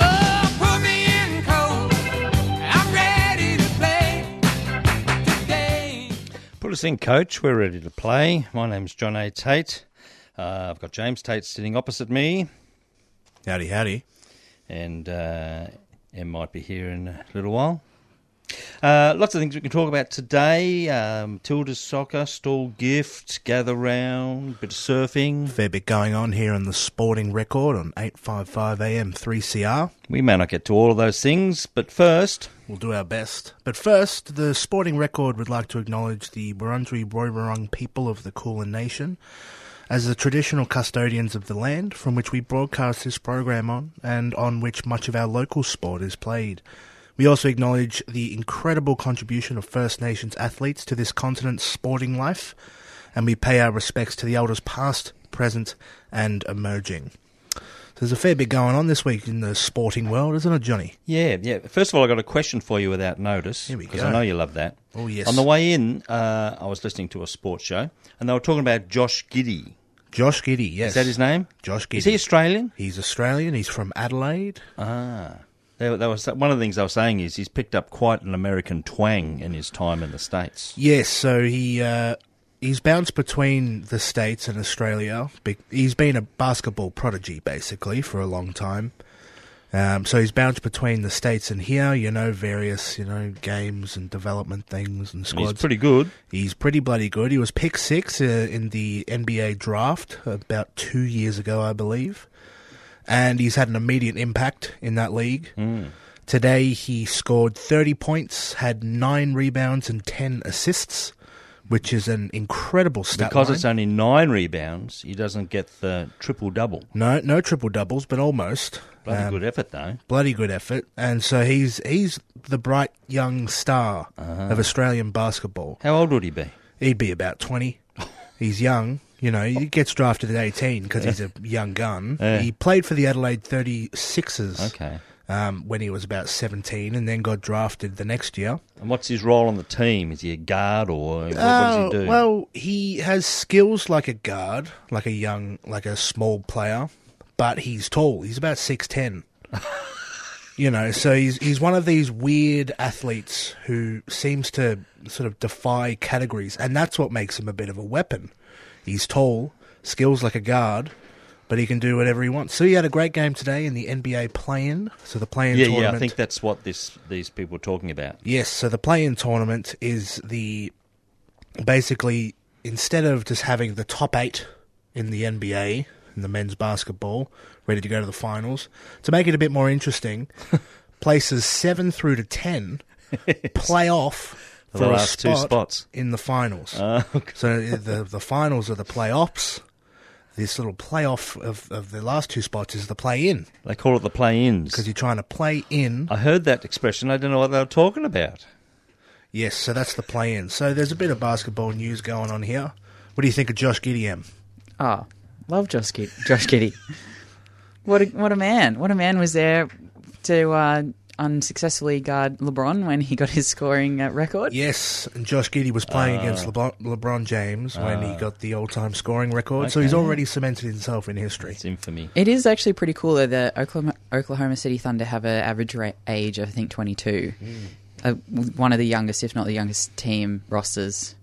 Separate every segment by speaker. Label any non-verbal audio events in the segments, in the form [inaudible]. Speaker 1: Oh, put me in cold. I'm ready to play today.
Speaker 2: Put us in, coach. We're ready to play. My name's John A. Tate. Uh, I've got James Tate sitting opposite me,
Speaker 3: Howdy, howdy.
Speaker 2: and uh, Em might be here in a little while. Uh, lots of things we can talk about today. Um, Tilda's soccer, stall gift, gather round, bit of surfing.
Speaker 3: Fair bit going on here on the Sporting Record on 855 AM 3CR.
Speaker 2: We may not get to all of those things, but first,
Speaker 3: We'll do our best. But first, the Sporting Record would like to acknowledge the Wurundjeri Woiwurrung people of the Kulin Nation as the traditional custodians of the land from which we broadcast this program on and on which much of our local sport is played. We also acknowledge the incredible contribution of First Nations athletes to this continent's sporting life, and we pay our respects to the elders past, present, and emerging. So there's a fair bit going on this week in the sporting world, isn't it, Johnny?
Speaker 2: yeah, yeah. First of all, I got a question for you without notice.
Speaker 3: Here we
Speaker 2: Because
Speaker 3: go.
Speaker 2: I know you love that.
Speaker 3: Oh, yes.
Speaker 2: On the way in, uh, I was listening to a sports show, and they were talking about Josh Giddy.
Speaker 3: Josh Giddy, yes.
Speaker 2: Is that his name?
Speaker 3: Josh Giddy.
Speaker 2: Is he Australian?
Speaker 3: He's Australian. He's from Adelaide.
Speaker 2: Ah. There, there was, one of the things I was saying is he's picked up quite an American twang in his time in the States.
Speaker 3: Yes, so he uh, he's bounced between the states and Australia. Be- He's been a basketball prodigy basically for a long time. Um, so he's bounced between the states and here. You know, various you know games and development things and
Speaker 2: And he's
Speaker 3: squads.
Speaker 2: pretty good.
Speaker 3: He's pretty bloody good. He was pick six uh, in the NBA draft about two years ago, I believe. And he's had an immediate impact in that league.
Speaker 2: Hmm.
Speaker 3: Today, he scored 30 points, had nine rebounds, and 10 assists, which is an incredible stat.
Speaker 2: Because
Speaker 3: line.
Speaker 2: it's only nine rebounds, he doesn't get the triple double.
Speaker 3: no, no triple doubles, but almost.
Speaker 2: Bloody
Speaker 3: Um,
Speaker 2: good effort, though.
Speaker 3: bloody good effort. And so he's he's the bright young star
Speaker 2: Uh-huh.
Speaker 3: of Australian basketball.
Speaker 2: How old would he be?
Speaker 3: He'd be about 20. He's young. You know, he gets drafted at 18 because he's a young gun.
Speaker 2: Yeah.
Speaker 3: He played for the Adelaide 36ers
Speaker 2: Okay.
Speaker 3: um, when he was about 17 and then got drafted the next year.
Speaker 2: And what's his role on the team? Is he a guard or what, what does he
Speaker 3: Uh,
Speaker 2: do?
Speaker 3: Well, he has skills like a guard, like a young, like a small player, but he's tall. He's about
Speaker 2: [laughs]
Speaker 3: 6'10. you know, so he's, he's one of these weird athletes who seems to sort of defy categories, and that's what makes him a bit of a weapon. He's tall, skills like a guard. But he can do whatever he wants. So he had a great game today in the NBA play-in. So the play-in
Speaker 2: yeah,
Speaker 3: tournament.
Speaker 2: yeah, I think that's what this these people are talking about.
Speaker 3: Yes, so the play in tournament is the basically instead of just having the top eight in the NBA in the men's basketball ready to go to the finals, to make it a bit more
Speaker 2: [laughs]
Speaker 3: interesting, places seven through to ten play off
Speaker 2: For
Speaker 3: for,
Speaker 2: the
Speaker 3: a
Speaker 2: last two
Speaker 3: spot
Speaker 2: spots.
Speaker 3: in the finals.
Speaker 2: Uh,
Speaker 3: So the the finals are the playoffs. This little playoff of, of the last two spots is the play in
Speaker 2: they call it the play-ins.
Speaker 3: because you're trying to play in
Speaker 2: I heard that expression. I don't know what they were talking about.
Speaker 3: Yes, so that's the play in. So there's a bit of basketball news going on here. What do you think of Josh Gideon?
Speaker 4: Ah, love Josh Giddy. Josh Giddy. [laughs] what a what a man! What a man was there to uh, unsuccessfully guard LeBron when he got his scoring uh, record.
Speaker 3: Yes, and Josh Giddy was playing against
Speaker 2: Uh,
Speaker 3: LeBron, LeBron James when he got the all time scoring record. So he's already cemented himself in history.
Speaker 2: It's infamy.
Speaker 4: It is actually pretty cool that the Oklahoma, Oklahoma City Thunder have an average ra- age of I think 22. Uh, w- one of the youngest, if not the youngest, team rosters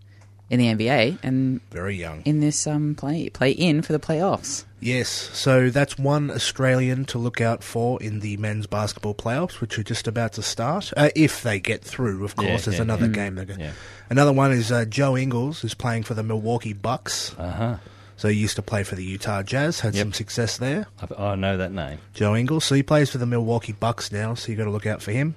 Speaker 4: in the NBA and
Speaker 3: Very young.
Speaker 4: in this um, play play in for the playoffs.
Speaker 3: Yes, so that's one Australian to look out for in the men's basketball playoffs, which are just about to start. Uh, if they get through, of course,
Speaker 2: Yeah,
Speaker 3: there's
Speaker 2: yeah,
Speaker 3: another game. They're go-
Speaker 2: Yeah.
Speaker 3: Another one is uh, Joe Ingles, who's playing for the Milwaukee Bucks.
Speaker 2: Uh huh.
Speaker 3: So he used to play for the Utah Jazz, had
Speaker 2: Yep.
Speaker 3: some success there.
Speaker 2: I, I know that name.
Speaker 3: Joe Ingles, so he plays for the Milwaukee Bucks now, so you got to look out for him.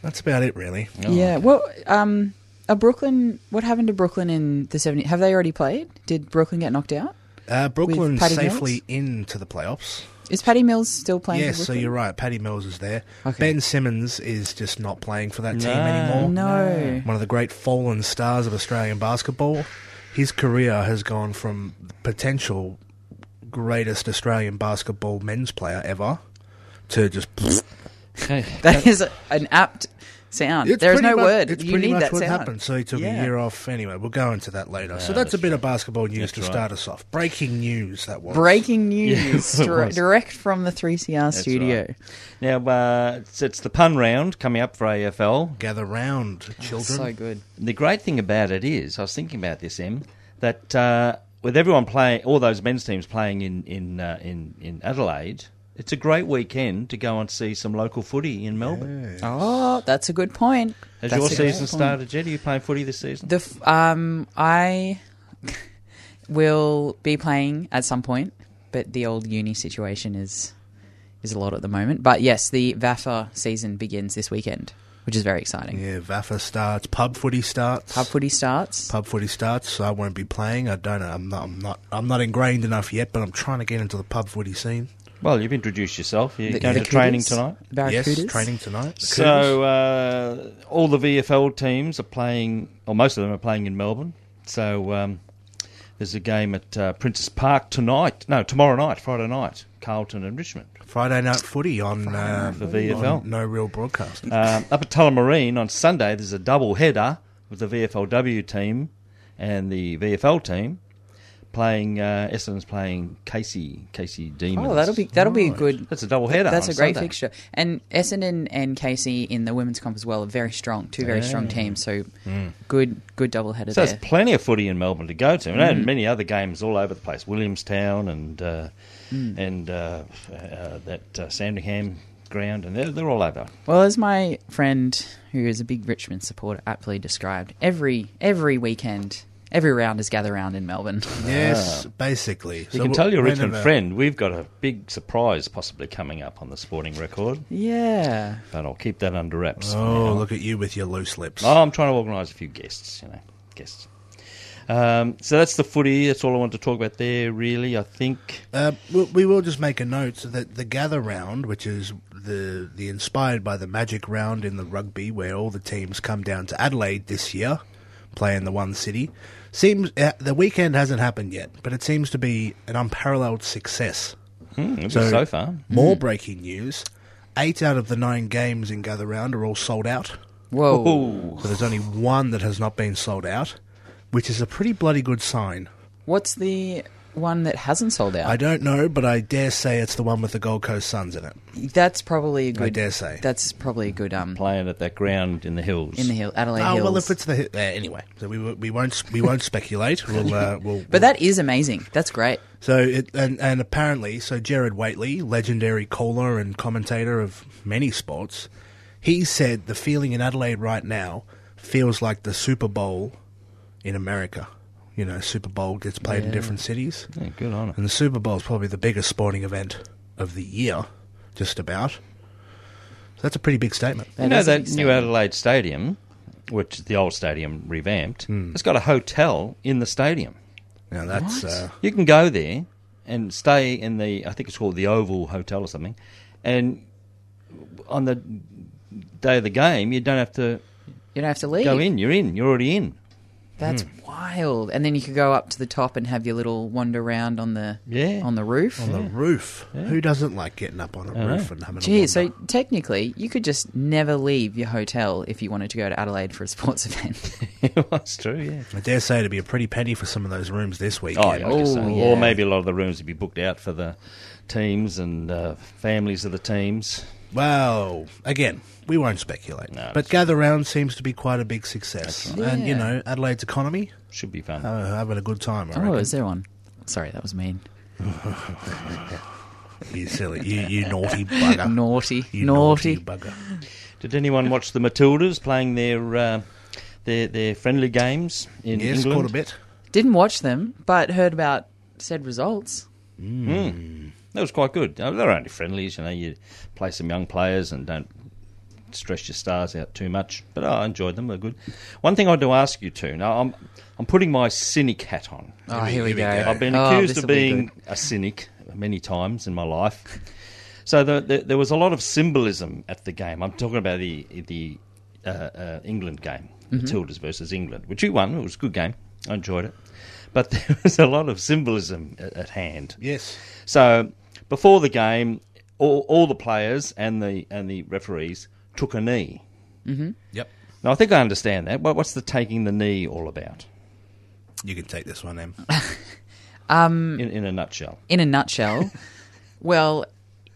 Speaker 3: That's about it, really.
Speaker 2: Oh,
Speaker 4: yeah. Well, um, are Brooklyn? What happened to Brooklyn in the 70s? Have they already played? Did Brooklyn get knocked out?
Speaker 3: Uh, Brooklyn
Speaker 4: Patty
Speaker 3: safely into the playoffs.
Speaker 4: Is Patty Mills still playing?
Speaker 3: Yes,
Speaker 4: for
Speaker 3: so
Speaker 4: Brooklyn?
Speaker 3: you're right. Patty Mills is there.
Speaker 4: Okay.
Speaker 3: Ben Simmons is just not playing for that team
Speaker 2: No.
Speaker 3: anymore.
Speaker 4: No.
Speaker 3: one of the great fallen stars of Australian basketball. His career has gone from potential greatest Australian basketball men's player ever to just
Speaker 2: Okay.
Speaker 4: That is an apt sound.
Speaker 3: It's
Speaker 4: there is
Speaker 3: pretty
Speaker 4: no
Speaker 3: much-
Speaker 4: word.
Speaker 3: It's
Speaker 4: you
Speaker 3: pretty
Speaker 4: need
Speaker 3: much
Speaker 4: that
Speaker 3: what
Speaker 4: sound.
Speaker 3: happened. So he took
Speaker 4: Yeah.
Speaker 3: a year off. Anyway, we'll go into that later.
Speaker 2: Yeah,
Speaker 3: so that's, a
Speaker 2: that's
Speaker 3: bit of basketball news
Speaker 2: That's
Speaker 3: to
Speaker 2: right.
Speaker 3: start us off. Breaking news that was
Speaker 2: [laughs]
Speaker 4: Breaking
Speaker 2: Yeah,
Speaker 4: news
Speaker 2: it
Speaker 4: dir-
Speaker 2: was.
Speaker 4: direct from the 3CR studio.
Speaker 2: right. Now uh, it's, it's the pun round coming up for AFL.
Speaker 3: Gather round, children.
Speaker 4: Oh, So good.
Speaker 2: The great thing about it is, I was thinking about this, Em, that uh, with everyone playing, all those men's teams playing in in uh, in in Adelaide, it's a great weekend to go and see some local footy in Melbourne.
Speaker 4: Oh, that's a good point.
Speaker 2: Has
Speaker 4: That's
Speaker 2: your
Speaker 4: a great
Speaker 2: season
Speaker 4: point.
Speaker 2: started yet? Are you playing footy this season?
Speaker 4: The f- um, I will be playing at some point, but the old uni situation is is a lot at the moment. But yes, the VAFA season begins this weekend, which is very exciting.
Speaker 3: Yeah, Vaffa starts. Pub footy starts.
Speaker 4: Pub footy starts.
Speaker 3: pub footy starts, so I won't be playing. I don't know. I'm not. I'm not. I'm not ingrained enough yet, but I'm trying to get into the pub footy scene.
Speaker 2: Well, you've introduced yourself. You're
Speaker 4: The-
Speaker 2: going
Speaker 4: the
Speaker 2: to training
Speaker 4: Cougars,
Speaker 2: tonight.
Speaker 4: Barracudas.
Speaker 3: Yes, training tonight. The Cougars.
Speaker 2: So uh, all the VFL teams are playing, or most of them are playing in Melbourne. So um, there's a game at uh, Princess Park tonight. No, tomorrow night, Friday night. Carlton and Richmond.
Speaker 3: Friday night footy on uh,
Speaker 2: for VFL.
Speaker 3: on no real broadcast.
Speaker 2: Um, up at Tullamarine on Sunday, there's a double header with the VFLW team and the VFL team playing. Uh, Essendon's playing Casey Casey Demons.
Speaker 4: Oh, that'll be that'll be a good.
Speaker 2: that's a double header.
Speaker 4: That's
Speaker 2: on
Speaker 4: a great
Speaker 2: Sunday.
Speaker 4: fixture. And Essendon and Casey in the women's comp as well are very strong. Two very strong teams. So
Speaker 3: Mm.
Speaker 4: good, good double header
Speaker 2: So
Speaker 4: there.
Speaker 2: there's plenty of footy in Melbourne to go to, and, and many other games all over the place. Williamstown and uh, and uh, uh, that uh, Sandringham ground, and they're, they're all over.
Speaker 4: Well, as my friend who is a big Richmond supporter aptly described, every every weekend, every round is gather round in
Speaker 3: [laughs]
Speaker 4: Melbourne.
Speaker 3: yes, basically.
Speaker 2: You
Speaker 3: So
Speaker 2: can tell your
Speaker 3: whenever-
Speaker 2: Richmond friend we've got a big surprise possibly coming up on the sporting record,
Speaker 4: yeah.
Speaker 2: but I'll keep that under wraps.
Speaker 3: Oh, look at you with your loose lips.
Speaker 2: Oh, I'm trying to organise a few guests, you know, guests. Um, so that's the footy. That's all I wanted to talk about there, really. I think.
Speaker 3: Uh, we, we will just make a note that the gather round, which is the the inspired by the magic round in the rugby, where all the teams come down to Adelaide this year, play in the one city, seems uh, the weekend hasn't happened yet, but it seems to be an unparalleled success.
Speaker 2: Hmm,
Speaker 3: So-
Speaker 2: so, far.
Speaker 3: More breaking news: eight out of the nine games in gather round are all sold out.
Speaker 4: Whoa.
Speaker 2: Oh,
Speaker 3: So there's only one that has not been sold out, which is a pretty bloody good sign.
Speaker 4: What's the one that hasn't sold out?
Speaker 3: I don't know, but I dare say it's the one with the Gold Coast Suns in it.
Speaker 4: that's probably a good.
Speaker 3: dare say.
Speaker 4: That's probably a good um
Speaker 2: playing at that ground in the hills.
Speaker 4: in the hill Adelaide
Speaker 3: Oh
Speaker 4: Hills.
Speaker 3: well, if it's the uh, anyway, so we we won't we won't speculate.
Speaker 4: [laughs]
Speaker 3: We'll, uh, we'll
Speaker 4: but that is amazing. That's great.
Speaker 3: so it, and and apparently so Jared Waitley, legendary caller and commentator of many sports, he said the feeling in Adelaide right now feels like the Super Bowl in America. You know, Super Bowl gets played in different cities,
Speaker 2: Yeah, good on it.
Speaker 3: and the Super Bowl is probably the biggest sporting event of the year, just about. So that's a pretty big statement.
Speaker 4: That
Speaker 2: you know
Speaker 4: is a
Speaker 2: that
Speaker 4: big
Speaker 2: new
Speaker 4: stadium.
Speaker 2: Adelaide Stadium, which is the old stadium revamped. It's got a hotel in the stadium.
Speaker 3: Now that's uh,
Speaker 2: You can go there and stay in the. I think it's called the Oval Hotel or something, and on the day of the game, you don't have to
Speaker 4: You don't have to leave.
Speaker 2: go in. You're in. You're already in. [laughs]
Speaker 4: That's wild. And then you could go up to the top and have your little wander round on the
Speaker 2: Yeah.
Speaker 4: on the roof.
Speaker 3: on
Speaker 4: Hmm.
Speaker 3: the roof. Who doesn't like getting up on a
Speaker 2: know.
Speaker 3: roof and having a
Speaker 4: Gee, so
Speaker 3: wander?
Speaker 4: technically, you could just never leave your hotel if you wanted to go to Adelaide for a [laughs] sports event.
Speaker 2: That's true. Yeah.
Speaker 3: I dare say it'd be a pretty penny for some of those rooms this week.
Speaker 2: Oh, yeah, I guess so.
Speaker 4: Oh, yeah.
Speaker 2: or maybe a lot of the rooms would be booked out for the teams and uh, families of the teams.
Speaker 3: Well, again, we won't speculate.
Speaker 2: No,
Speaker 3: but
Speaker 2: that's
Speaker 3: Gather Round seems to be quite a big success.
Speaker 4: right.
Speaker 3: And, you
Speaker 4: Yeah.
Speaker 3: know, Adelaide's economy,
Speaker 2: Should be fun.
Speaker 3: uh, having a good time, I
Speaker 4: Oh,
Speaker 3: reckon.
Speaker 4: is there one? Sorry, that was mean.
Speaker 3: You silly, you, you naughty
Speaker 4: [laughs]
Speaker 3: bugger.
Speaker 4: Naughty,
Speaker 3: You
Speaker 4: naughty.
Speaker 3: bugger.
Speaker 2: Did anyone watch the Matildas playing their uh, their their friendly games in
Speaker 3: Yes,
Speaker 2: England?
Speaker 3: caught a bit.
Speaker 4: Didn't watch them, but heard about said results.
Speaker 2: That was quite good. Uh, They're only friendlies, you know. You play some young players and don't stress your stars out too much. But oh, I enjoyed them. They're good. One thing I do ask you two. Now I'm I'm putting my cynic hat on.
Speaker 4: Oh, here, we, go.
Speaker 2: I've been
Speaker 4: Oh,
Speaker 2: accused
Speaker 4: this'll
Speaker 2: of
Speaker 4: be
Speaker 2: being
Speaker 4: good.
Speaker 2: a cynic many times in my life. [laughs] So the, the, there was a lot of symbolism at the game. I'm talking about the the uh, uh, England game,
Speaker 4: Mm-hmm.
Speaker 2: Matildas versus England, which you won. It was a good game. I enjoyed it, but [laughs] there was a lot of symbolism at, at hand.
Speaker 3: Yes.
Speaker 2: So before the game, all, all the players and the and the referees took a knee.
Speaker 3: Yep.
Speaker 2: Now I think I understand that. What, what's the taking the knee all about?
Speaker 3: You can take this one,
Speaker 4: [laughs]
Speaker 3: Em.
Speaker 4: Mm.
Speaker 2: In, in a nutshell,
Speaker 4: in a nutshell, well,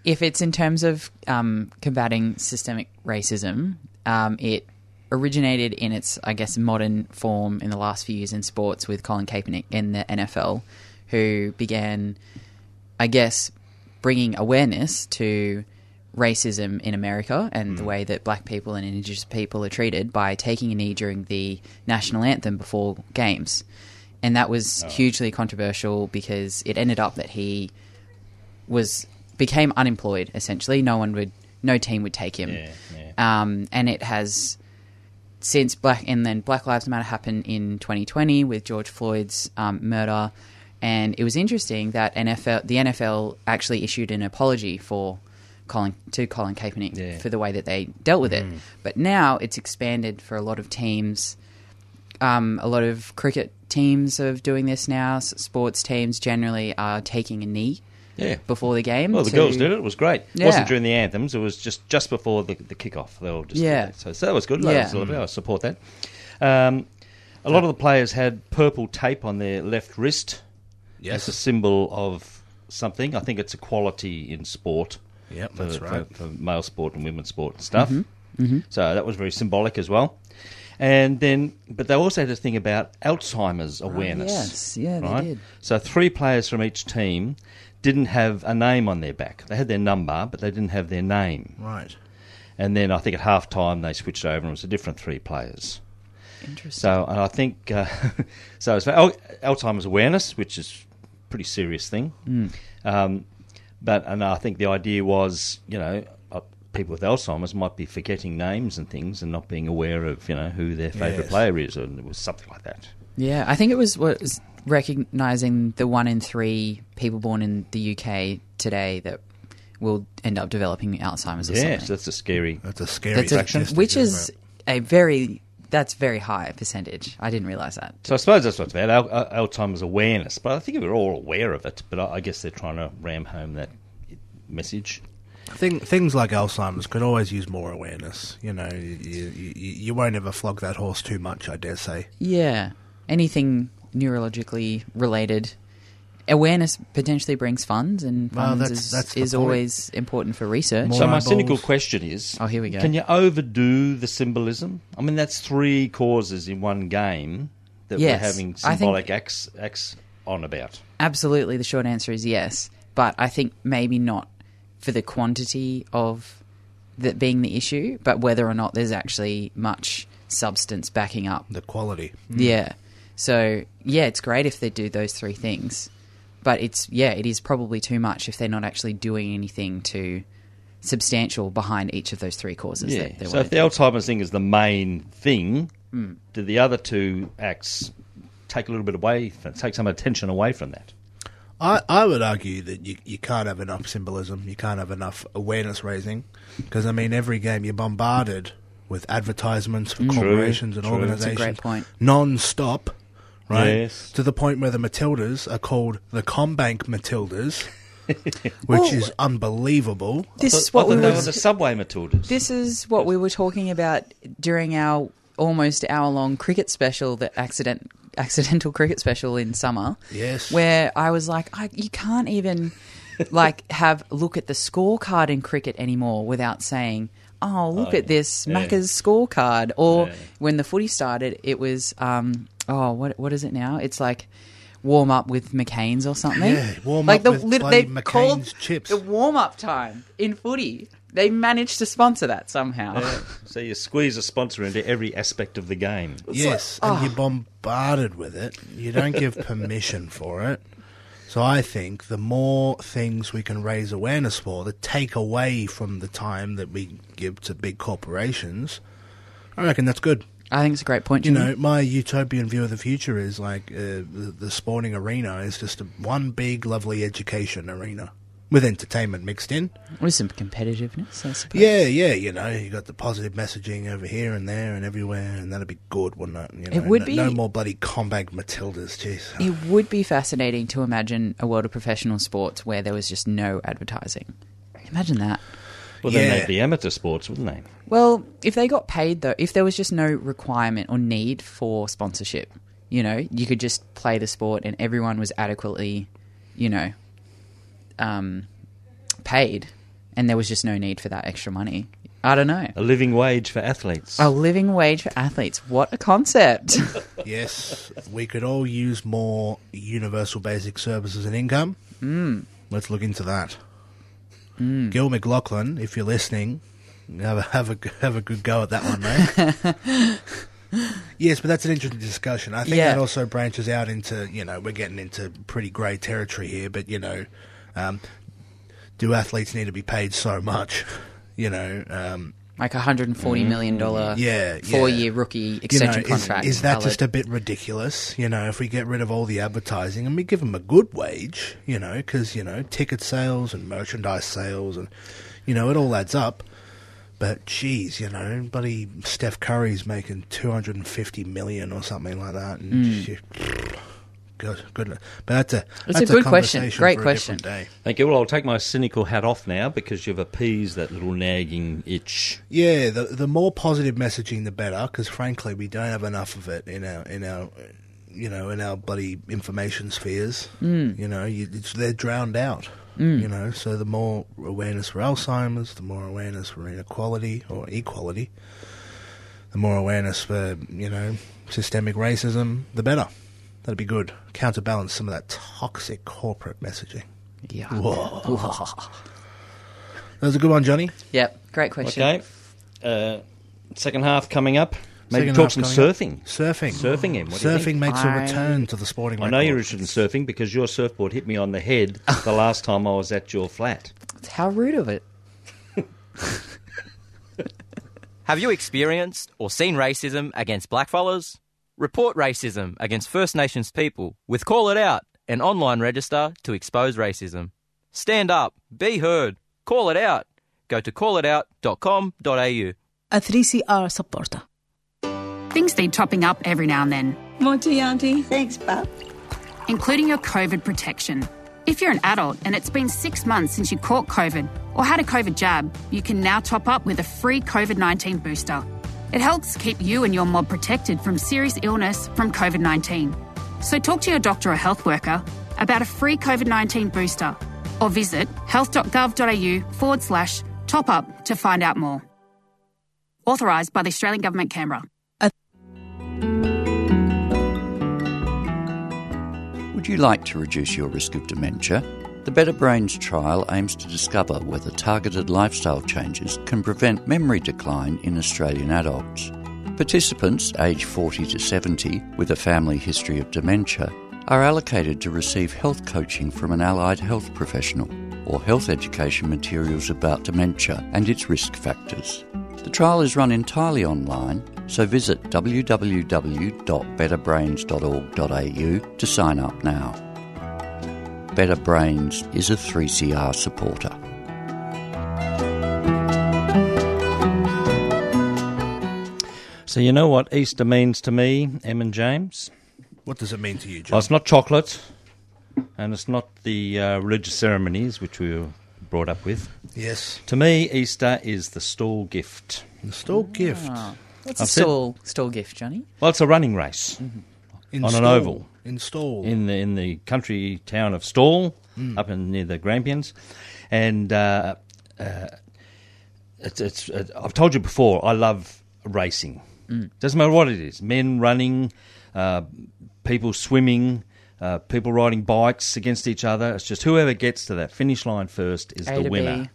Speaker 4: if it's in terms of um, combating systemic racism, um, it originated in its, I guess, modern form in the last few years in sports with Colin Kaepernick in the NFL, who began, I guess, bringing awareness to racism in America and
Speaker 2: Mm.
Speaker 4: the way that black people and indigenous people are treated by taking a knee during the national anthem before games. And that was
Speaker 2: Oh.
Speaker 4: hugely controversial because it ended up that he was became unemployed essentially. No one would no team would take him.
Speaker 2: Yeah, yeah.
Speaker 4: Um, and it has since black and then Black Lives Matter happened in 2020 with George Floyd's um, murder, and it was interesting that NFL the NFL actually issued an apology for Colin to Colin Kaepernick
Speaker 2: Yeah. Mm.
Speaker 4: for the way that they dealt with it. But now it's expanded for a lot of teams. Um, a lot of cricket teams are doing this now. S- Sports teams generally are taking a knee
Speaker 2: yeah.
Speaker 4: before the game.
Speaker 2: Well, the
Speaker 4: to-
Speaker 2: girls did it. It was great. It wasn't
Speaker 4: Yeah.
Speaker 2: during the anthems. It was just just before the the kickoff. They all just did
Speaker 4: Yeah.
Speaker 2: that. So, so that was good. That
Speaker 4: Yeah.
Speaker 2: was lovely. I support that. Um, a lot of the players had purple tape on their left wrist. It's a
Speaker 3: Yes.
Speaker 2: symbol of something. I think it's equality in sport.
Speaker 3: Yep,
Speaker 2: for,
Speaker 3: that's
Speaker 2: for-
Speaker 3: right.
Speaker 2: For, male sport and women's sport and stuff.
Speaker 4: Mm-hmm.
Speaker 2: Mm-hmm. So that was very symbolic as well. And then, but they also had a thing about Alzheimer's awareness.
Speaker 4: yes. Yeah, they did.
Speaker 2: So three players from each team didn't have a name on their back. They had their number, but they didn't have their name.
Speaker 3: Right.
Speaker 2: And then I think at half time they switched over and it was a different three players.
Speaker 4: Interesting.
Speaker 2: So and I think uh, [laughs] so. It's Al- Alzheimer's awareness, which is a pretty serious thing. Um, but and I think the idea was, you know, uh, people with Alzheimer's might be forgetting names and things and not being aware of, you know, who their favourite
Speaker 3: Yes.
Speaker 2: player is, and it was something like that.
Speaker 4: Yeah, I think it was was recognizing the one in three people born in the UK today that will end up developing Alzheimer's or
Speaker 2: Yeah, so
Speaker 4: something.
Speaker 2: that's a scary.
Speaker 3: That's a scary
Speaker 4: That's a-
Speaker 3: statistic,
Speaker 4: which
Speaker 3: isn't
Speaker 4: is
Speaker 3: it?
Speaker 4: a very that's very high percentage. I didn't realize that.
Speaker 2: So I suppose that's what's about Al- Al- Alzheimer's awareness. But I think we're all aware of it. But I, I guess they're trying to ram home that message.
Speaker 3: Thing, things like Alzheimer's could always use more awareness. You know, you, you, you won't ever flog that horse too much, I dare say.
Speaker 4: Yeah, anything neurologically related. Awareness potentially brings funds, and
Speaker 3: Well,
Speaker 4: funds
Speaker 3: that's-
Speaker 4: is,
Speaker 3: that's the
Speaker 4: is
Speaker 3: point.
Speaker 4: always important for research.
Speaker 3: More
Speaker 2: So my
Speaker 3: eyeballs.
Speaker 2: cynical question is:
Speaker 4: Oh, here we go.
Speaker 2: Can you overdo the symbolism? I mean, that's three causes in one game that
Speaker 4: Yes,
Speaker 2: we're having
Speaker 4: I think-
Speaker 2: symbolic acts acts on about.
Speaker 4: Absolutely, the short answer is yes, but I think maybe not for the quantity of that being the issue, but whether or not there's actually much substance backing up.
Speaker 3: The quality.
Speaker 4: Yeah. So, yeah, it's great if they do those three things, but it's yeah, it is probably too much if they're not actually doing anything to substantial behind each of those three causes
Speaker 2: Yeah.
Speaker 4: that they
Speaker 2: So
Speaker 4: want
Speaker 2: if the Alzheimer's thing is the main thing,
Speaker 4: Hmm.
Speaker 2: do the other two acts take a little bit away, from, take some attention away from that?
Speaker 3: I, I would argue that you, you can't have enough symbolism, you can't have enough awareness raising, because I mean, every game you're bombarded with advertisements for corporations and
Speaker 2: true. That's
Speaker 4: a
Speaker 3: organisations,
Speaker 4: great point.
Speaker 3: non-stop, right?
Speaker 2: Yes.
Speaker 3: To the point where the Matildas are called the
Speaker 2: [laughs]
Speaker 3: Combank Matildas, which is unbelievable.
Speaker 4: This
Speaker 2: But-
Speaker 4: is what
Speaker 2: but
Speaker 4: we
Speaker 2: then they
Speaker 4: were
Speaker 2: were the subway Matildas.
Speaker 4: This is what we were talking about during our almost hour long cricket special, the accident accidental cricket special in summer.
Speaker 3: Yes.
Speaker 4: Where I was like, I, you can't even
Speaker 2: [laughs]
Speaker 4: like have look at the scorecard in cricket anymore without saying, "Oh, look
Speaker 2: Oh,
Speaker 4: at this
Speaker 2: yeah.
Speaker 4: Macca's scorecard." Or
Speaker 2: Yeah.
Speaker 4: when the footy started, it was, um, "Oh, what what is it now?" It's like warm up with McCain's or something.
Speaker 3: Yeah, warm up with
Speaker 4: lit-
Speaker 3: bloody
Speaker 4: they called
Speaker 3: McCain's chips.
Speaker 4: the warm up time in footy. They managed to sponsor that somehow.
Speaker 2: so you squeeze a sponsor into every aspect of the game.
Speaker 3: Yes, and you're bombarded with it. You don't give permission for it. So I think the more things we can raise awareness for, the take away from the time that we give to big corporations, I reckon that's good.
Speaker 4: [laughs] I think it's a great point.
Speaker 3: You
Speaker 4: Jimmy.
Speaker 3: know, my utopian view of the future is like uh, the, the sporting arena is just a, one big, lovely education arena with entertainment mixed in.
Speaker 4: with some competitiveness, I suppose.
Speaker 3: Yeah, yeah, you know, you got the positive messaging over here and there and everywhere, and that'd be good, wouldn't it? You know,
Speaker 4: It would
Speaker 3: no,
Speaker 4: be-
Speaker 3: No more bloody combat Matildas, jeez.
Speaker 4: It would be fascinating to imagine a world of professional sports where there was just no advertising. Imagine that.
Speaker 2: Well, then
Speaker 3: Yeah.
Speaker 2: they'd be amateur sports, wouldn't they?
Speaker 4: Well, if they got paid though, if there was just no requirement or need for sponsorship, you know, you could just play the sport and everyone was adequately, you know, um, paid, and there was just no need for that extra money. I don't know.
Speaker 2: A living wage for athletes.
Speaker 4: A living wage for athletes. What a concept. [laughs]
Speaker 3: Yes, we could all use more universal basic services and income. Mm. Let's look into that. Gil McLaughlin, if you're listening, have a have a have a good go at that one, mate. yes, but that's an interesting discussion. I think
Speaker 4: Yeah.
Speaker 3: that also branches out into you know we're getting into pretty grey territory here, but you know, um, do athletes need to be paid so much? [laughs] You know, um,
Speaker 4: like a hundred and forty million dollar
Speaker 3: Mm, Yeah, yeah.
Speaker 4: four year rookie
Speaker 3: you know,
Speaker 4: extension
Speaker 3: is-
Speaker 4: contract.
Speaker 3: Is, that
Speaker 4: valid.
Speaker 3: just a bit ridiculous? You know, if we get rid of all the advertising and we give them a good wage, you know, because you know ticket sales and merchandise sales and you know it all adds up. But geez, you know, buddy Steph Curry's making two hundred and fifty million or something like that, and shit. good, goodness. But that's a
Speaker 4: Hmm. It's a
Speaker 3: that's
Speaker 4: good question.
Speaker 3: conversation
Speaker 4: Great
Speaker 3: for a
Speaker 4: question.
Speaker 3: different day.
Speaker 2: Thank you. Well, I'll take my cynical hat off now because you've appeased that little nagging itch.
Speaker 3: Yeah, the the more positive messaging, the better. Because frankly, we don't have enough of it in our in our you know in our bloody information spheres. Mm. You know, you, it's, they're drowned out. You know, so the more awareness for Alzheimer's, the more awareness for inequality or equality, the more awareness for you know systemic racism, the better. That'd be good. Counterbalance some of that toxic corporate messaging.
Speaker 4: Yeah.
Speaker 3: That was a good one, Johnny.
Speaker 4: [laughs] Yep. Great question.
Speaker 2: Okay. Uh, second half coming up. Maybe
Speaker 3: Second
Speaker 2: talk
Speaker 3: half
Speaker 2: some
Speaker 3: coming
Speaker 2: surfing.
Speaker 3: up. Surfing.
Speaker 2: Surfing him. What do you
Speaker 3: surfing
Speaker 2: think?
Speaker 3: makes
Speaker 4: I-
Speaker 3: a return to the sporting.
Speaker 2: I know you're
Speaker 3: record.
Speaker 2: interested in surfing because your surfboard hit me on the head [laughs] the last time I was at your flat.
Speaker 4: How rude of it.
Speaker 5: Have you experienced or seen racism against blackfellas? Report racism against First Nations people with Call It Out, an online register to expose racism. Stand up, be heard, call it out. Go to callitout.com.au.
Speaker 6: a 3CR supporter.
Speaker 7: Things need topping up every now and then,
Speaker 8: Want tea, Auntie? Thanks, Pop.
Speaker 7: including your COVID protection. If you're an adult and it's been six months since you caught COVID or had a COVID jab, you can now top up with a free COVID 19 booster. It helps keep you and your mob protected from serious illness from COVID 19. So talk to your doctor or health worker about a free COVID 19 booster or visit health.gov.au forward slash top up to find out more. Authorised by the Australian Government, Canberra.
Speaker 9: Would you like to reduce your risk of dementia? The Better Brains trial aims to discover whether targeted lifestyle changes can prevent memory decline in Australian adults. Participants aged 40 to 70 with a family history of dementia are allocated to receive health coaching from an allied health professional or health education materials about dementia and its risk factors. The trial is run entirely online, so visit www.betterbrains.org.au to sign up now. Better Brains is a 3CR supporter.
Speaker 2: So you know what Easter means to me, Em and James?
Speaker 3: What does it mean to you,
Speaker 2: Well,
Speaker 3: John?
Speaker 2: it's not chocolate, and it's not the uh, religious ceremonies which we were brought up with.
Speaker 3: yes,
Speaker 2: To me, Easter is the stall gift.
Speaker 3: the stall gift
Speaker 4: What's a
Speaker 2: I've said-
Speaker 4: stall stall gift, Johnny?
Speaker 2: Well, it's a running race
Speaker 3: in
Speaker 2: on an
Speaker 3: stall.
Speaker 2: oval.
Speaker 3: in stall.
Speaker 2: in the in the country town of Stall.
Speaker 4: Hmm.
Speaker 2: up in near the Grampians, and uh, uh, it's, it's uh, I've told you before. I love racing.
Speaker 4: Hmm.
Speaker 2: Doesn't matter what it is: men running, uh, people swimming. Uh, people riding bikes against each other. It's just whoever gets to that finish line first is
Speaker 4: A
Speaker 2: the
Speaker 4: to
Speaker 2: winner.
Speaker 4: B.
Speaker 2: I-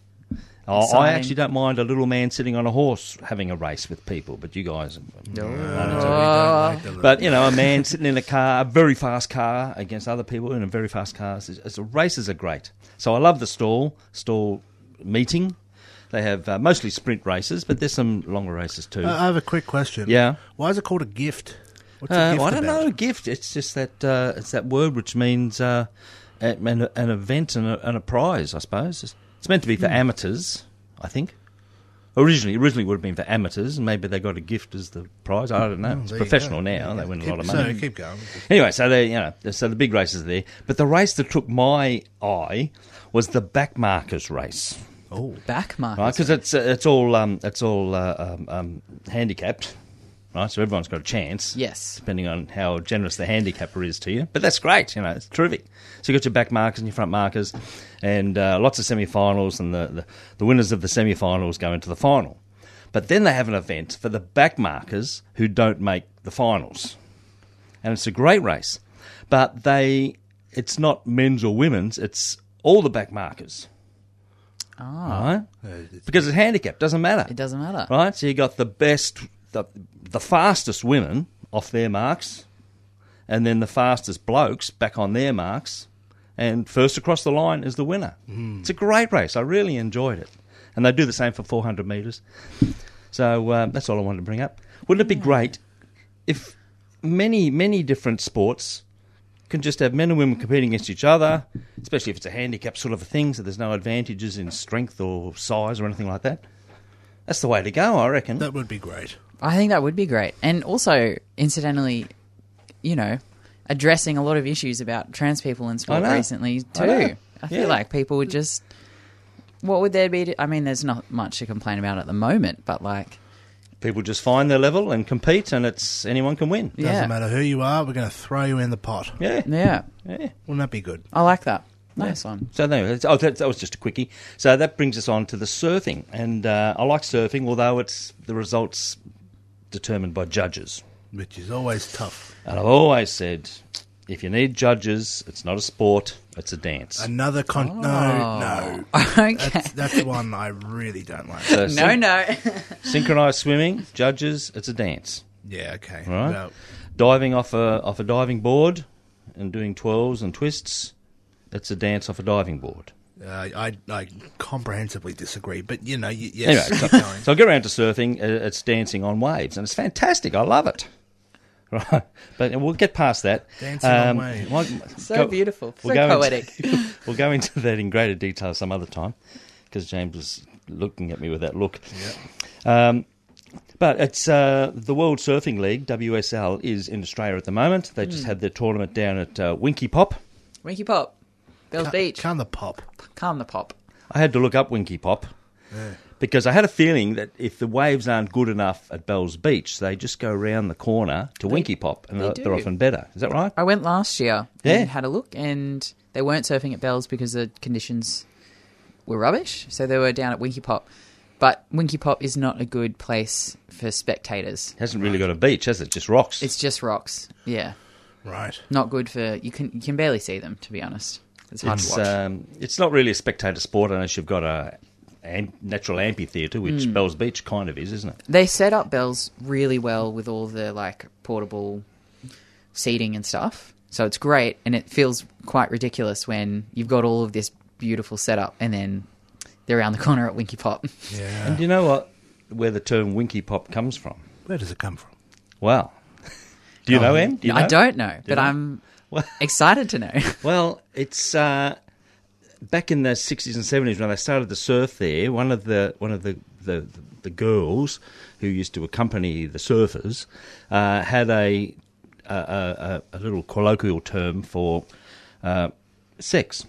Speaker 2: I
Speaker 4: Exciting.
Speaker 2: actually don't mind a little man sitting on a horse having a race with people, but you guys. But you know, a man sitting in a car, a very fast car, against other people in a very fast car. It's, it's, races are great. So I love the stall stall meeting. They have uh, mostly sprint races, but there's some longer races too.
Speaker 3: I I have a quick question.
Speaker 2: Yeah.
Speaker 3: Why is it called a gift? What's
Speaker 2: Uh,
Speaker 3: a gift
Speaker 2: well, I don't
Speaker 3: about?
Speaker 2: know. Gift. It's just that uh, it's that word which means uh, a- an, an event and a, and a prize. I suppose it's, it's meant to be for
Speaker 3: Hmm.
Speaker 2: amateurs. I think originally, originally would have been for amateurs, and maybe they got a gift as the prize. I don't know. it's
Speaker 3: Hmm, there you go.
Speaker 2: professional now. They win a
Speaker 3: Keep-
Speaker 2: lot of money.
Speaker 3: So keep going.
Speaker 2: Anyway, so they, you know, so the big races are there, but the race that took my eye was the backmarkers race,
Speaker 3: Oh,
Speaker 4: Back market.
Speaker 2: right? Because it's it's all um, it's all uh, um, um, handicapped, right? So everyone's got a chance
Speaker 4: Yes.
Speaker 2: depending on how generous the handicapper is to you. But that's great, you know, it's terrific. So you've got your back markers and your front markers, and uh, lots of semi finals, and the, the, the winners of the semi finals go into the final. But then they have an event for the back markers who don't make the finals. And it's a great race. But they, it's not men's or women's, it's all the back markers. Ah. Because it's handicap, doesn't matter.
Speaker 4: It doesn't matter.
Speaker 2: Right? So you got the best, the, the fastest women off their marks, and then the fastest blokes back on their marks, and first across the line is the winner. It's a great race. I really enjoyed it. And they do the same for 400 metres. So uh, that's all I wanted to bring up. Wouldn't it be great if many, many different sports can just have men and women competing against each other, especially if it's a handicap sort of a thing, so there's no advantages in strength or size or anything like that? That's the way to go, I reckon.
Speaker 3: That would be great.
Speaker 4: I think that would be great. And also, incidentally, you know, addressing a lot of issues about trans people in sport
Speaker 2: I know.
Speaker 4: recently
Speaker 2: I
Speaker 4: too. I,
Speaker 2: know.
Speaker 4: feel
Speaker 2: Yeah.
Speaker 4: like people would just what would there be to, I mean, there's not much to complain about at the moment, but like
Speaker 2: People just find their level and compete, and it's anyone can win.
Speaker 4: yeah.
Speaker 3: Doesn't matter who you are, we're going to throw you in the pot.
Speaker 2: Yeah.
Speaker 4: Yeah.
Speaker 3: Wouldn't that be good?
Speaker 4: I like that. Nice one.
Speaker 2: So anyway, that's- oh, that, that was just a quickie. So that brings us on to the surfing, and uh, I like surfing, although it's the results determined by judges.
Speaker 3: Which is always tough.
Speaker 2: And I've always said, if you need judges, it's not a sport; it's a dance.
Speaker 3: Another con. No, no.
Speaker 4: Okay.
Speaker 3: That's, that's one I really don't like.
Speaker 2: So
Speaker 4: No,
Speaker 2: syn-
Speaker 4: no.
Speaker 2: synchronized swimming, judges, it's a dance.
Speaker 3: Yeah, okay.
Speaker 2: Right.
Speaker 3: No.
Speaker 2: Diving off a off a diving board and doing twirls and twists, it's a dance off a diving board.
Speaker 3: Uh, I, I comprehensively disagree, but you know, y- yes. [laughs]
Speaker 2: Anyway, so,
Speaker 3: keep going.
Speaker 2: so I get around to surfing. uh, It's dancing on waves, and it's fantastic. I love it. [laughs] Right, but we'll get past that. Um,
Speaker 3: Dancing on waves.
Speaker 2: well,
Speaker 4: [laughs] So beautiful. So
Speaker 2: into-
Speaker 4: [laughs] poetic.
Speaker 2: we'll go into that in greater detail some other time, because James was looking at me with that look. Um, but it's uh, the World Surfing League (WSL) is in Australia at the moment. They
Speaker 4: Hmm.
Speaker 2: just had their tournament down at uh, Winky Pop.
Speaker 4: Winky Pop. Bill's Beach.
Speaker 3: Come the pop.
Speaker 4: Calm the pop.
Speaker 2: I had to look up Winky Pop because I had a feeling that if the waves aren't good enough at Bell's Beach, they just go round the corner to Winky Pop and
Speaker 4: they
Speaker 2: they're, they're
Speaker 4: do.
Speaker 2: often better. Is that right?
Speaker 4: I went last year
Speaker 2: Yeah.
Speaker 4: and had a look, and they weren't surfing at Bells because the conditions were rubbish. So they were down at Winky Pop. But Winky Pop is not a good place for spectators.
Speaker 2: Hasn't really got a beach, has it? Just rocks.
Speaker 4: It's just rocks. Yeah.
Speaker 3: Right.
Speaker 4: Not good for you can you can barely see them to be honest. It's hard
Speaker 2: it's,
Speaker 4: to watch.
Speaker 2: um, it's not really a spectator sport unless you've got a am- natural amphitheatre, which
Speaker 4: Hmm.
Speaker 2: Bell's Beach kind of is, isn't it?
Speaker 4: they set up bells really well with all the like portable seating and stuff so it's great and it feels quite ridiculous when you've got all of this beautiful setup and then they're around the corner at winky pop
Speaker 3: Yeah.
Speaker 2: And you know what? Where the term Winky Pop comes from?
Speaker 3: Where does it come from?
Speaker 2: Wow. [laughs] Do you know, Em? Do you
Speaker 4: i
Speaker 2: know?
Speaker 4: don't know but
Speaker 2: know? [laughs]
Speaker 4: i'm
Speaker 2: Well-
Speaker 4: excited to know
Speaker 2: Well, it's uh, back in the sixties and seventies when they started the surf there. One of the one of the the, the girls who used to accompany the surfers uh, had a a, a a little colloquial term for uh, sex.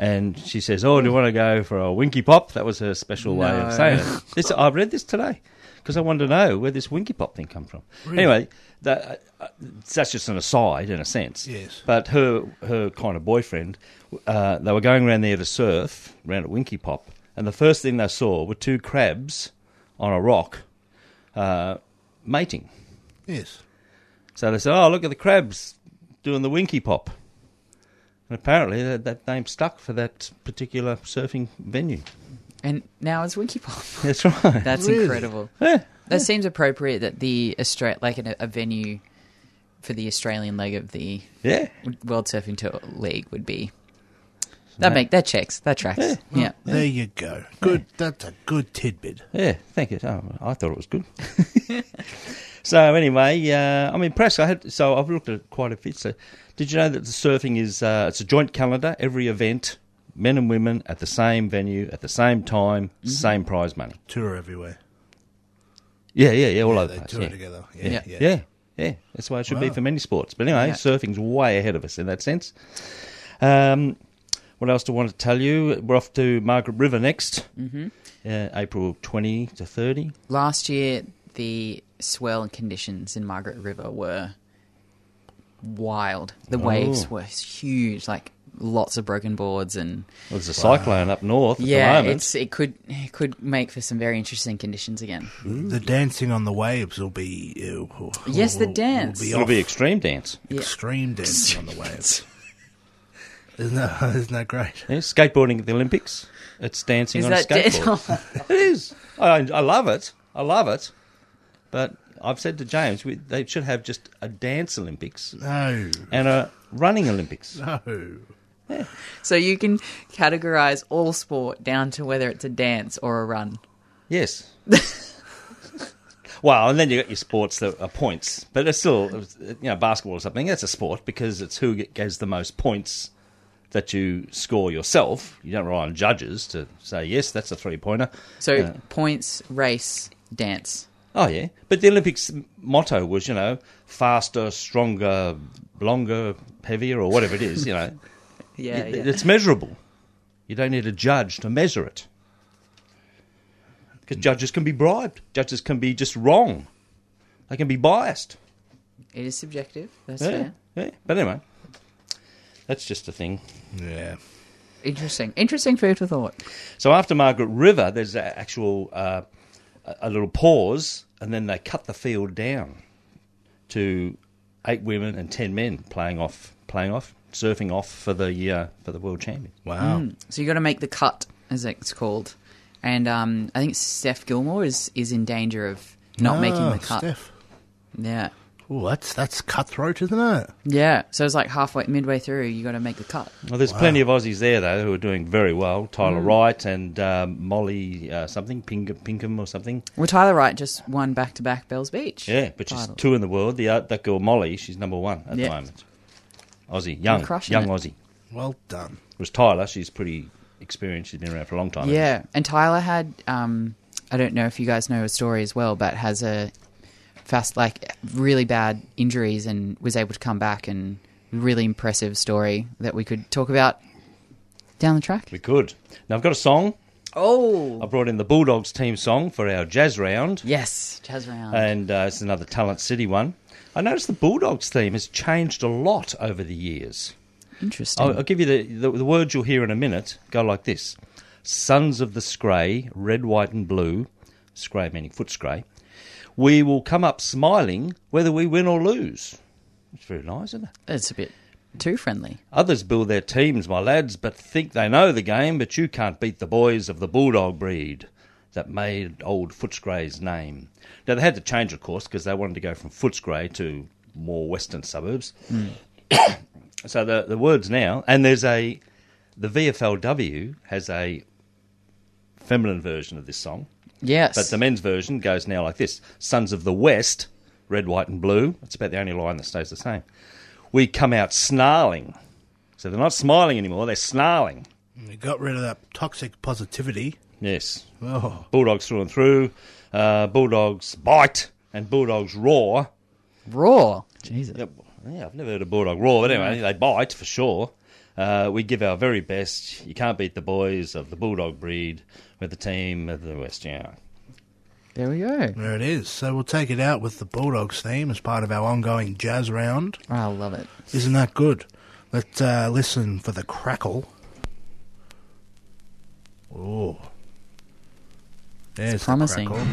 Speaker 2: And she says, "Oh, do you want to go for a winky pop?" That was her special way
Speaker 4: No.
Speaker 3: [laughs]
Speaker 2: of saying it. This, I've read this today because I wanted to know where this Winky Pop thing come from.
Speaker 3: Really?
Speaker 2: Anyway, that, uh, that's just an aside in a sense.
Speaker 3: Yes.
Speaker 2: But her her kind of boyfriend, uh, they were going around there to surf around at Winky Pop, and the first thing they saw were two crabs on a rock uh, mating.
Speaker 3: Yes.
Speaker 2: So they said, "Oh, look at the crabs doing the Winky Pop." And apparently that, that name stuck for that particular surfing venue. [laughs]
Speaker 4: And now it's Winky Pop. [laughs]
Speaker 2: That's right.
Speaker 4: That's
Speaker 3: Really?
Speaker 4: incredible. That seems appropriate that the Austra- like an, a venue for the Australian leg of the
Speaker 2: yeah.
Speaker 4: World Surfing Tour League would be. That make that checks. That tracks. Yeah.
Speaker 3: There you go. Good. That's a good tidbit.
Speaker 2: Yeah, thank you. Oh, I thought it was good. [laughs] so anyway, uh, I'm impressed. I had so I've looked at quite a bit. So, did you know that the surfing is uh, it's a joint calendar? Every event, men and women at the same venue at the same time,
Speaker 3: Mm-hmm.
Speaker 2: same prize money.
Speaker 3: Tour everywhere.
Speaker 2: Yeah, yeah, yeah, all over
Speaker 3: They
Speaker 2: the place.
Speaker 3: tour
Speaker 2: Yeah.
Speaker 3: together.
Speaker 2: Yeah.
Speaker 3: Yeah.
Speaker 2: Yeah. yeah, That's the way it should be
Speaker 3: Wow.
Speaker 2: for many sports. But anyway,
Speaker 4: Yeah.
Speaker 2: surfing's way ahead of us in that sense. Um, what else do I want to tell you? We're off to Margaret River next, mm-hmm. uh, April 20 to 30.
Speaker 4: Last year, the swell conditions in Margaret River were wild.
Speaker 2: Oh.
Speaker 4: The waves were huge, like lots of broken boards, and
Speaker 2: Well, there's a cyclone up north at the
Speaker 4: yeah,
Speaker 2: moment.
Speaker 4: it's it could it could make for some very interesting conditions again.
Speaker 3: The dancing on the waves will be. ew, will-
Speaker 4: Yes, the
Speaker 3: will- will
Speaker 4: dance.
Speaker 3: be
Speaker 2: It'll
Speaker 3: off.
Speaker 2: be extreme dance.
Speaker 4: Yeah.
Speaker 3: extreme dancing on
Speaker 2: [laughs]
Speaker 3: the waves. Isn't that, [laughs] isn't that great?
Speaker 2: Yeah, skateboarding at the Olympics. It's dancing
Speaker 4: Is
Speaker 2: on a
Speaker 4: that dead?
Speaker 2: skateboard. it
Speaker 4: [laughs]
Speaker 2: is. I, I love it. I love it. But I've said to James, we, they should have just a dance Olympics
Speaker 3: No,
Speaker 2: and a running Olympics.
Speaker 3: no.
Speaker 4: so you can categorize all sport down to whether it's a dance or a run.
Speaker 2: Yes. [laughs] well, and then you got your sports that are points, but it's still, you know, basketball or something. That's a sport because it's who get- gets the most points that you score yourself. You don't rely on judges to say yes, that's a three pointer.
Speaker 4: So points, race, dance.
Speaker 2: Oh yeah, but the Olympics motto was you know faster, stronger, longer, heavier, or whatever it is. You know,
Speaker 4: Yeah,
Speaker 2: It-
Speaker 4: yeah.
Speaker 2: it's measurable. You don't need a judge to measure it because judges can be bribed. Judges can be just wrong. They can be biased.
Speaker 4: it is subjective. That's
Speaker 2: Yeah,
Speaker 4: fair.
Speaker 2: yeah. But anyway, that's just a thing.
Speaker 3: Yeah.
Speaker 4: Interesting. Interesting food for thought.
Speaker 2: So after Margaret River, there's a actual uh, a a little pause, and then they cut the field down to eight women and ten men playing off, playing off, surfing off for the uh, for the world champion.
Speaker 3: Wow.
Speaker 4: So you got to make the cut, as it's called. And um, I think Steph Gilmore is, is in danger of not making
Speaker 3: Ah,
Speaker 4: the cut.
Speaker 3: Steph.
Speaker 4: Yeah.
Speaker 3: Ooh, that's that's cutthroat, isn't it?
Speaker 4: Yeah. So it's like halfway, midway through, you got to make the cut.
Speaker 2: Well, there's plenty of Aussies there though who are doing very well.
Speaker 4: Mm.
Speaker 2: Tyler Wright and um, Molly uh, something Pink- Pinkham or something.
Speaker 4: Well, Tyler Wright just won back to back Bells Beach.
Speaker 2: Yeah, but she's
Speaker 4: titles.
Speaker 2: two in the world. The uh, that girl Molly, she's number one at
Speaker 4: Yeah.
Speaker 2: the moment. Aussie, young,
Speaker 4: crushing
Speaker 2: young
Speaker 4: it.
Speaker 2: Aussie.
Speaker 3: Well done.
Speaker 2: Whereas Tyler, she's pretty experienced. She's been around for a long time.
Speaker 4: Yeah. And Tyler had, um, I don't know if you guys know his story as well, but has a fast, like, really bad injuries and was able to come back and really impressive story that we could talk about down the track.
Speaker 2: We could. Now I've got a song.
Speaker 4: Oh.
Speaker 2: I brought in the Bulldogs team song for our jazz round,
Speaker 4: Yes. Jazz round.
Speaker 2: and uh, it's another Talent City one. I noticed the Bulldogs theme has changed a lot over the years.
Speaker 4: Interesting.
Speaker 2: I'll, I'll give you the, the the words you'll hear in a minute. Go like this: Sons of the Scray, red, white, and blue. Scray meaning foot scray. We will come up smiling, whether we win or lose. It's very nice, isn't it?
Speaker 4: It's a bit too friendly.
Speaker 2: Others build their teams, my lads, but think they know the game, but you can't beat the boys of the bulldog breed that made old Footscray's name. Now, they had to change, of course, because they wanted to go from Footscray to more western suburbs. so the, the words now, and there's a, the VFLW has a feminine version of this song,
Speaker 4: Yes.
Speaker 2: but the men's version goes now like this Sons of the West, red, white, and blue. That's about the only line that stays the same. We come out snarling. So they're not smiling anymore, they're snarling.
Speaker 3: You got rid of that toxic positivity.
Speaker 2: Yes.
Speaker 3: Oh,
Speaker 2: Bulldogs through and through, uh, Bulldogs bite, and Bulldogs roar.
Speaker 4: raw. Jesus.
Speaker 2: Yep. Yeah, I've never heard a Bulldog roar, but anyway, they bite for sure. Uh, we give our very best. You can't beat the boys of the Bulldog breed. We're the team of the West. Yeah.
Speaker 4: There we go.
Speaker 3: There it is. So we'll take it out with the Bulldogs theme as part of our ongoing jazz round.
Speaker 4: I love it.
Speaker 3: Isn't that good? Let's uh, listen for the crackle. Oh. There's the
Speaker 4: promising.
Speaker 3: crackle.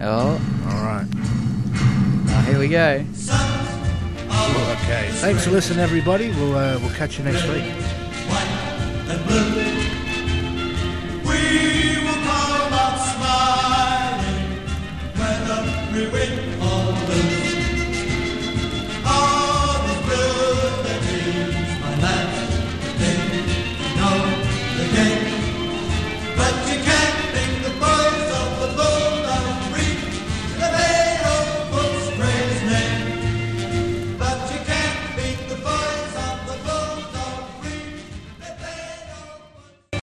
Speaker 4: Oh,
Speaker 3: All right.
Speaker 4: oh, here we go.
Speaker 3: Thanks for listening, everybody. We'll, uh, we'll catch you next week.
Speaker 1: the blues.